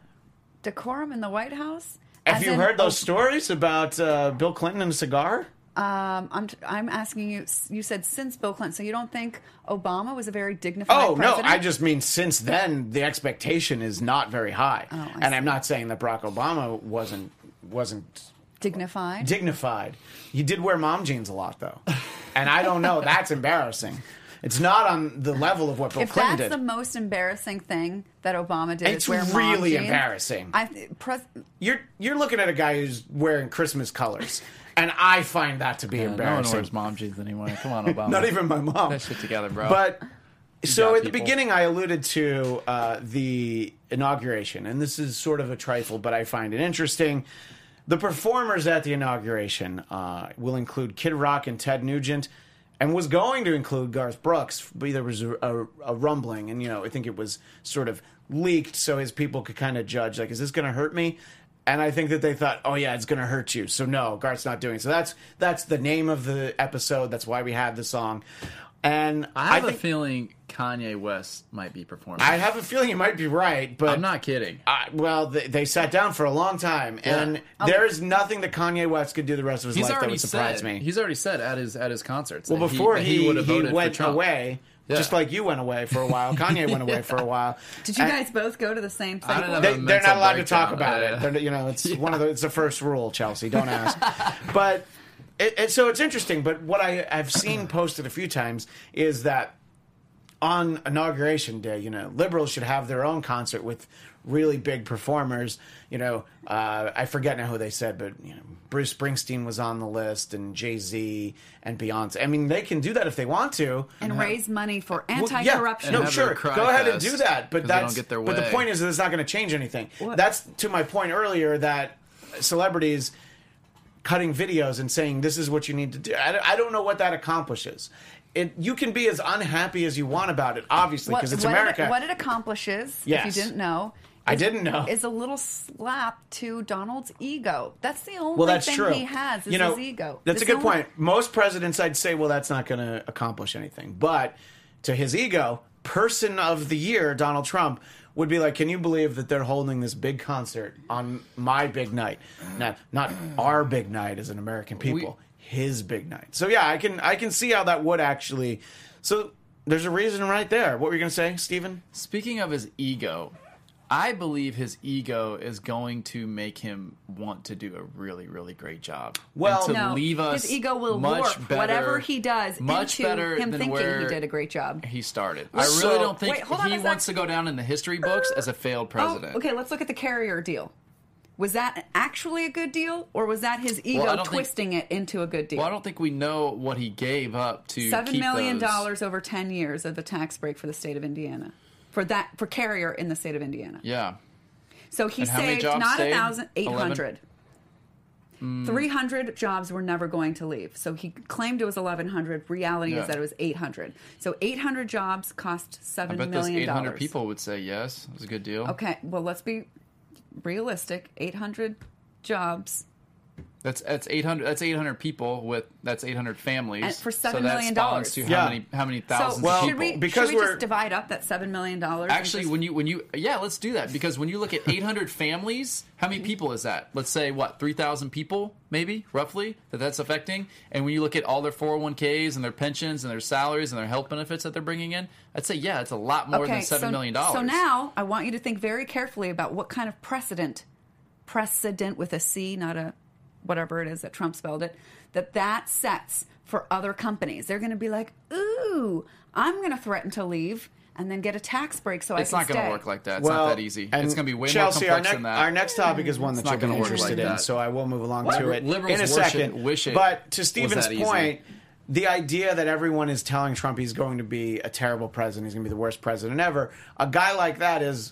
Decorum in the White House?
Have
As
you
in- oh,
heard those stories about uh, Bill Clinton and a cigar?
Um, I'm, I'm asking you, you said since Bill Clinton, so you don't think Obama was a very dignified
Oh
president?
no, I just mean since then the expectation is not very high,
Oh, I
and I'm
see.
not saying that Barack Obama wasn't wasn't
Dignified?
dignified. He did wear mom jeans a lot
<laughs>
though, and I don't know. That's embarrassing. It's not on the level of what Bill
if
Clinton
that's
did.
the most embarrassing thing that Obama did,
It's
is wear mom
really
jeans,
embarrassing.
I th- pres-
you're you're looking at a guy who's wearing Christmas
<laughs>
colors, and I find that to be
No one
embarrassing.
wears mom jeans anyway. Come on,
<laughs>
Obama.
Not even my mom.
That shit together, bro.
But so
got
at the
people.
beginning, I alluded to uh, the inauguration, and this is sort of a trifle, but I find it interesting. The performers at the inauguration uh, will include Kid Rock and Ted Nugent, and was going to include Garth Brooks, but there was a, a, a rumbling, and you know, I think it was sort of leaked, so his people could kind of judge, like, is this going to hurt me? And I think that they thought, oh yeah, it's going to hurt you, so no, Garth's not doing. It. So that's that's the name of the episode. That's why we had the song. And
I have
think,
a feeling Kanye West might be performing.
I have a feeling you might be right, but
I'm not kidding.
I, well, they, they sat down for a long time, and there is nothing that Kanye West could do the rest of his
He's
life that
already
would surprise
said.
me.
He's already said at his at his concerts.
well,
that
before
that
he, he,
would've voted for
went
Trump.
away,
Yeah.
just like you went away for a while, Kanye went
<laughs>
away for a while.
did you
And
guys both go to the same thing?
I don't have
They,
a
they're not
mental
allowed to talk
breakdown.
about it.
<laughs> Yeah.
They're- you know, it's one of the it's the first rule, Chelsea.
<laughs>
Don't ask. but it, it, so it's interesting. But what I I've seen posted a few times is that on inauguration day, you know, liberals should have their own concert with really big performers. You know, uh, I forget now who they said, but you know, Bruce Springsteen was on the list, and Jay Z and Beyonce. I mean, they can do that if they want to.
and raise money for
Well, yeah,
anti-corruption.
No,
have
sure.
their cry
Go ahead and
fest
do that, but
'cause they don't
that's
get their
but the
way.
point is that it's not going to change anything.
What?
That's to my point earlier that celebrities cutting videos and saying this is what you need to do. I don't, I don't know what that accomplishes. It you can be as unhappy as you want about it, obviously, because it's
what
America.
It, what it accomplishes,
Yes.
if you didn't know,
I didn't know.
is a little slap to Donald's ego. That's the only
well, that's
thing
true.
he has is
you know,
his ego.
That's
It's
a
the
good
only-
point. Most presidents, I'd say, well, that's not going to accomplish anything. But to his ego, person of the year, Donald Trump would be like, "Can you believe that they're holding this big concert on my big night? Not not our big night as an American people, his big night." So yeah, I can I can see how that would actually. So there's a reason right there. What were you going to say, Stephen?
Speaking of his ego, I believe his ego is going to make him want to do a really, really great job.
Well-
and to
No,
leave us
his ego will
much
warp
better,
whatever he does
much
into
better
him
than
thinking
where
he did a great job.
He started. I really
So-
don't think
Wait, hold on
he
a sec.
wants to go down in the history books as a failed president.
Oh, okay, let's look at the carrier deal. Was that actually a good deal, or was that his ego
I don't think-
twisting it into a good deal?
Well, I don't think we know what he gave up to
Seven
keep
million
those.
dollars over ten years of a tax break for the state of Indiana, for that for carrier in the state of Indiana.
Yeah,
So he
And how many
saved
jobs Mm.
not a
saved?
thousand eight hundred.
11?
Three hundred jobs were never going to leave. So he claimed it was eleven hundred. Reality
Yeah.
is that it was eight hundred. So eight hundred jobs cost
I
seven
bet
million
those eight hundred
dollars.
people would say yes. It was a good deal.
Okay, well let's be realistic. Eight hundred jobs
That's that's eight hundred. That's eight hundred people with that's eight hundred families
And for
So
$7
that
million
spawns To how
Yeah.
many how many
So
thousands? of
Well,
people?
should we
because
should we
we're-
just divide up that seven million dollars?
Actually, when you when you yeah, let's do that because when you look at 800 families, how many people is that? Let's say what 3,000 people, maybe roughly that that's affecting. And when you look at all their 401ks and their pensions and their salaries and their health benefits that they're bringing in, I'd say yeah, it's a lot more than seven
so,
million
So
dollars.
now I want you to think very carefully about what kind of precedent, precedent with a C, not a whatever it is that Trump spelled it, that that sets for other companies. They're going to be like, ooh, I'm going to threaten to leave and then get a tax break so
it's
I
not
can
going to
stay.
work like that. It's
well,
not that easy.
and
It's going to be way
Chelsea,
more complex
our next,
than that.
Our next topic is one that
not
you're going
gonna
to be
work
interested
like
in,
that.
so I will move along to it
Liberals
in a
worship-
second.
wish it
but to
was
Stephen's
that easy.
point, the idea that everyone is telling Trump he's going to be a terrible president, he's going to be the worst president ever. A guy like that is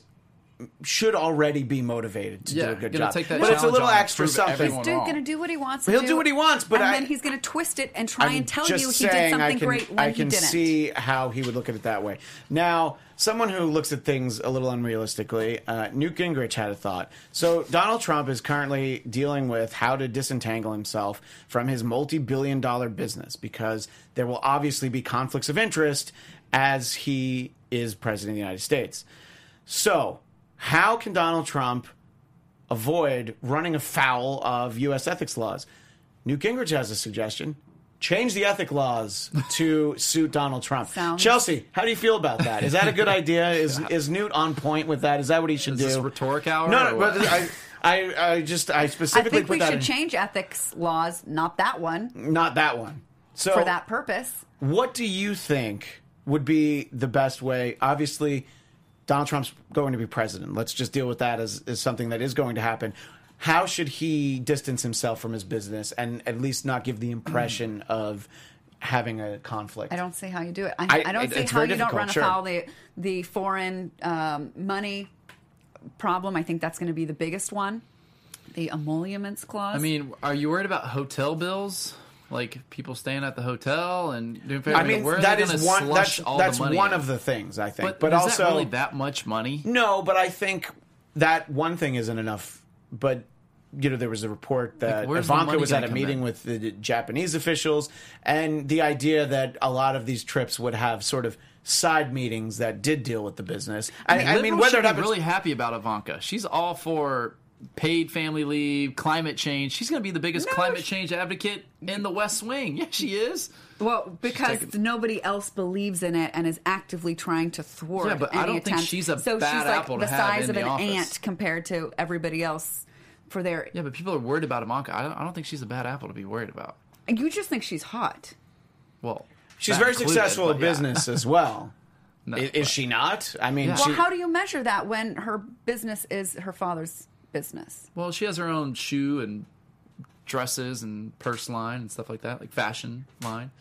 should already be motivated to
Yeah,
do a good
gonna
job.
take that
but it's a
challenge
little
on and
extra
prove
something.
everyone
Dude,
wrong.
gonna do what he wants. to
He'll do what he wants, but
and
I-
then he's gonna twist it and try
I'm
and tell
just
you he did
saying
something
I can,
great when
I can
he didn't.
see how he would look at it that way. Now, someone who looks at things a little unrealistically, uh, Newt Gingrich had a thought. So Donald Trump is currently dealing with how to disentangle himself from his multi-billion-dollar business because there will obviously be conflicts of interest as he is president of the United States. So, how can Donald Trump avoid running afoul of U.S. ethics laws? Newt Gingrich has a suggestion. Change the ethic
<laughs>
laws to suit Donald Trump.
Sounds-
Chelsea, how do you feel about that? Is that a good
<laughs>
idea? Is is Newt on point with that? Is that what he should
Is
do?
this rhetoric hour
No,
or
no.
what?
But I, I, I just I
I
specifically
think
put
we
that
should
in-
change ethics laws, not that one,
not that one. So
for that purpose.
what do you think would be the best way? Obviously, Donald Trump's going to be president. Let's just deal with that as, as something that is going to happen. How should he distance himself from his business and at least not give the
<clears throat>
impression of having a conflict?
I don't see how you do it.
I-
I, I, don't
it-
see
it's
how
very
you don't run
difficult,
afoul the the foreign um, money problem. I think that's going to be the biggest one. The emoluments clause.
I mean, are you worried about hotel bills? Like people staying at the hotel and doing.
I mean,
where are
that
they gonna
is one.
Slush
That's,
all
that's
the money
one
in?
of the things I think.
But,
But,
is
also,
that really that much money?
No, but I think that one thing isn't enough. But you know, there was a report that
where's the
Ivanka
money
was at
gonna
a
come
meeting
in?
with the Japanese officials, and the idea that a lot of these trips would have sort of side meetings that did deal with the business. I, I mean,
Liberals
whether
should
it
be
happens,
really happy about Ivanka. She's all for paid family leave, climate change. She's going to be the biggest
No,
climate
she-
change advocate in the West Wing. <laughs> Yeah, she is.
well, because
taking-
nobody else believes in it and is actively trying to thwart.
Yeah, but
any
I don't think
attempt.
she's a
so
bad
she's like
apple to
the
have
size
in
of
the
an
office.
ant compared to everybody else for their.
Yeah, but people are worried about Ivanka. I don't, I don't think she's a bad apple to be worried about.
You just think she's hot.
Well,
she's
that
very
included,
successful
but
in
yeah.
business
<laughs>
as well. I- is, she not? I mean,
Yeah.
she,
Well, how do you measure that when her business is her father's business?
Well, she has her own shoe and dresses and purse line and stuff like that, like fashion line.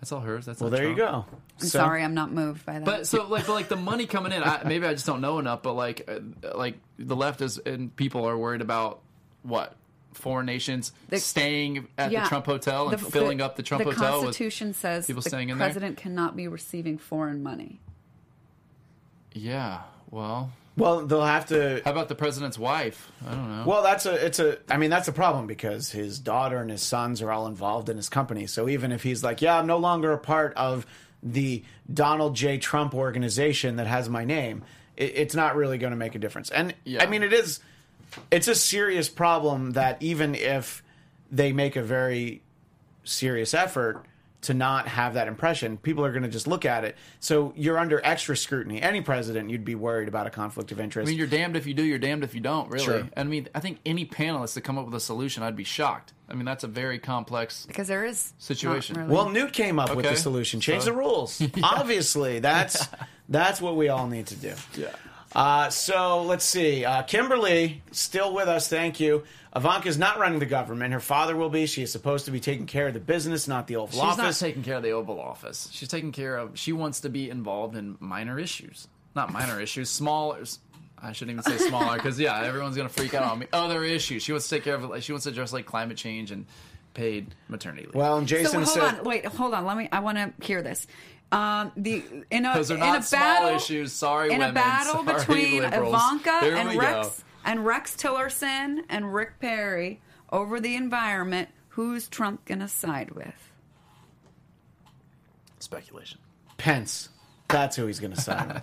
That's all hers. That's
well, there you go.
I'm sorry, I'm not moved by that.
But so like but, like the money coming in, I, maybe I just don't know enough. But like uh, like the left is and people are worried about what foreign nations
The-
staying at
Yeah.
the Trump hotel and
The-
filling up the Trump
the
hotel with
Constitution says
people
the
staying in there?
president cannot be receiving foreign money.
yeah. Well,
Well, they'll have to
how about the president's wife? I don't know.
Well, that's a it's a I mean that's a problem because his daughter and his sons are all involved in his company. So even if he's like, yeah, I'm no longer a part of the Donald J. Trump organization that has my name, it, it's not really going to make a difference. And
Yeah.
I mean, it is it's a serious problem that even if they make a very serious effort to not have that impression, people are going to just look at it. So you're under extra scrutiny. Any president, you'd be worried about a conflict of interest.
I mean, you're damned if you do, you're damned if you don't, really.
Sure.
I mean, I think any panelist to come up with a solution, I'd be shocked. I mean, that's a very complex.
Because there is not
Situation.
really-
Well, Newt came up with
Okay.
the solution. Change
So-
the
<laughs>
rules. Obviously, that's that's what we all need to do.
Yeah.
Uh, so let's see. Uh, Kimberly, still with us. Thank you. Ivanka's not running the government. Her father will be. She is supposed to be taking care of the business, not the Oval
She's
Office.
not taking care of the Oval Office. She's taking care of. She wants to be involved in minor issues, not minor issues, smaller. I shouldn't even say smaller because yeah, everyone's gonna freak out on me. Other issues. She wants to take care of. Like, she wants to address like climate change and paid maternity leave.
well, and
so
Jason
hold
said,
on, wait, hold on. Let me. I want to hear this. Um, the in a
those are
in
not
a
small
battle
issues. Sorry,
in
women.
a battle
Sorry,
between
liberals.
Ivanka
Here we
and
go.
Rex and Rex Tillerson and Rick Perry over the environment. Who's Trump gonna side with?
Speculation.
Pence. That's who he's going to sign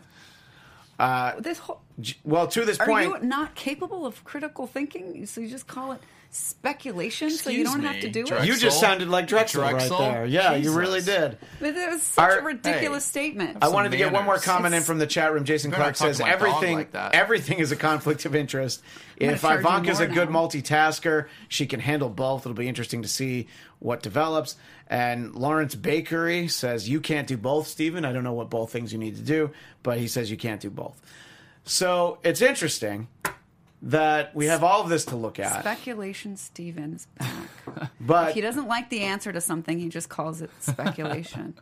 with.
This whole
J- Well, to this
Are
point,
you not capable of critical thinking? So you just call it speculation, so you
Excuse
don't have to
me,
do
Drexel.
you just sounded like Drexel,
Drexel?
right there. Yeah,
Jesus.
you really did.
it. But that was such
Are-
a ridiculous
hey.
statement.
I
Some
wanted to get one more
manners.
comment in
It's-
from the chat room. Jason
Better
Clark
not talk
says
to my dog
everything
like that.
everything is a conflict of interest.
gonna
If
charge you
Ivanka's a
more
good
now.
multitasker, she can handle both. It'll be interesting to see what develops. And Lawrence Bakery says you can't do both, Stephen. I don't know what both things you need to do, but he says you can't do both. So it's interesting that we have all of this to look at. <laughs>
speculation. Stevens back.
But
He doesn't like the answer to something. He just calls it
<laughs>
speculation.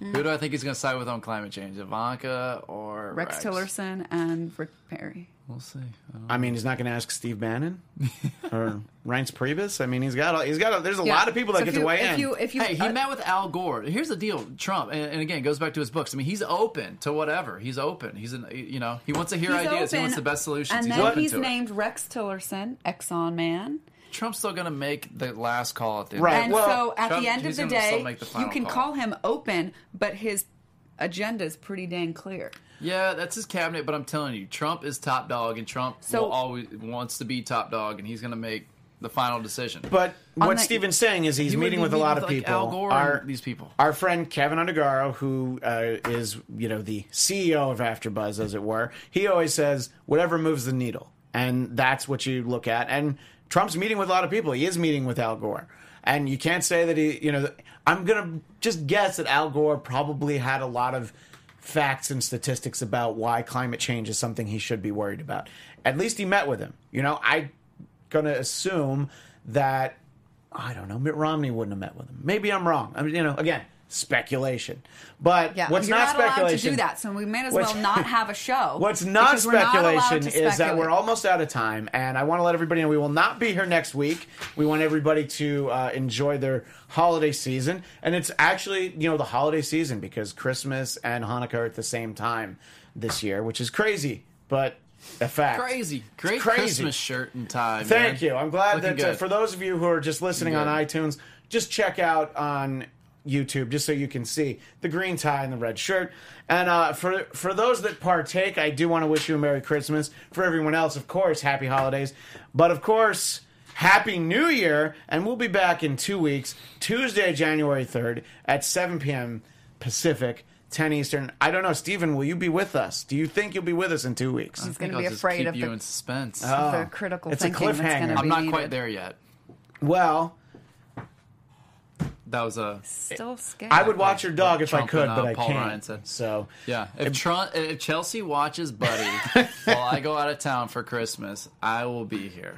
Hmm.
Who do I think he's going to side with on climate change? Ivanka or
Rex, Tillerson and Rick Perry.
We'll see. I don't-
I mean, he's not going to ask Steve Bannon
<laughs>
or Reince Priebus. I mean, he's got all, he's got. A, there's a lot of people that
So
get
if you,
to weigh
if
in.
You, if you,
Hey, he
uh,
met with Al Gore. Here's the deal, Trump, and, and again, it goes back to his books. I mean, he's open to whatever. He's open. He's an, you know, he wants to hear
he's
ideas. he
open,
wants the best solutions.
And
he's
then
open
he's
to it.
named Rex Tillerson, Exxon man.
Trump's still going to make the last call at the end.
Right.
And
well,
so at
Trump-
the end of
he's
the
gonna still
day,
make the
you
final
can
call.
call him open, but his agenda is pretty dang clear.
Yeah, that's his cabinet. But I'm telling you, Trump is top dog, and Trump
So-
will always wants to be top dog, and he's going to make the final decision.
but what
the-
Steven's saying is he's
He would
meeting
be
with a lot of
meeting with,
people.
like, Al Gore
Our-
and these people.
Our friend Kevin Undergaro, who uh, is you know the CEO of AfterBuzz, as it were, he always says whatever moves the needle, and that's what you look at. And Trump's meeting with a lot of people. He is meeting with Al Gore, and you can't say that he. You know, I'm gonna just guess that Al Gore probably had a lot of facts and statistics about why climate change is something he should be worried about. At least he met with him. You know, I gonna assume that I don't know. Mitt Romney wouldn't have met with him. Maybe I'm wrong. I mean, you know, again, speculation. But
Yeah,
what's
you're
not,
allowed to
speculation?
do that, so we may as
What's-
well not have a show.
<laughs> What's not
because we're not allowed
speculation
to
is that we're
speculate.
almost out of time, and I want to let everybody know we will not be here next week. We want everybody to uh, enjoy their holiday season, and it's actually you know the holiday season because Christmas and Hanukkah are at the same time this year, which is crazy, but a fact.
crazy,
It's
great
crazy.
Christmas shirt and tie.
Thank
man.
you. I'm glad
Looking
that uh,
good.
for those of you who are just listening on
Good.
iTunes, just check out on YouTube just so you can see the green tie and the red shirt. And uh, for for those that partake, I do want to wish you a Merry Christmas. For everyone else, of course, Happy Holidays. But of course. Happy New Year, and we'll be back in two weeks, Tuesday, January 3rd at 7 p.m. Pacific, 10 Eastern. I don't know, Stephen, will you be with us? Do you think you'll be with us in two weeks?
I think
gonna
I'll
be
just
afraid
keep
of
you
the-
in suspense.
Uh,
the critical
Oh. it's a
thinking that's going
cliffhanger.
to be
I'm not
needed.
quite there yet.
Well,
That was a
Still scared.
I would watch your dog if I
Trump
could,
and, uh,
but I
Paul
can't.
Ryan said.
So
yeah. If, Tron, if Chelsea watches Buddy while I go out of town for Christmas, I will be here.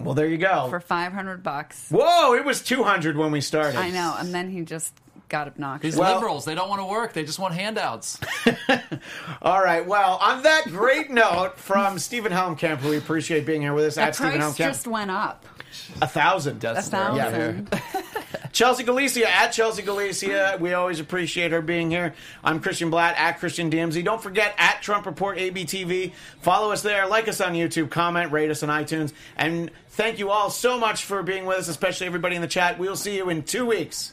well, there you go.
for five hundred bucks.
Whoa, it was two hundred when we started.
I know, and then he just got obnoxious.
These
Well-
liberals, they don't want to work; they just want handouts.
All right. Well, on that great <laughs> note from Stephen Helmkamp, who we appreciate being here with us
the
at Stephen
price
Helmkamp,
just went up.
a thousand.
A
That's terrible.
thousand.
Chelsea Galicia at Chelsea Galicia. We always appreciate her being here. I'm Christian Blatt at Christian DMZ. Don't forget at Trump Report ABTV. Follow us there, like us on YouTube, comment, rate us on iTunes, and thank you all so much for being with us, especially everybody in the chat. We will see you in two weeks.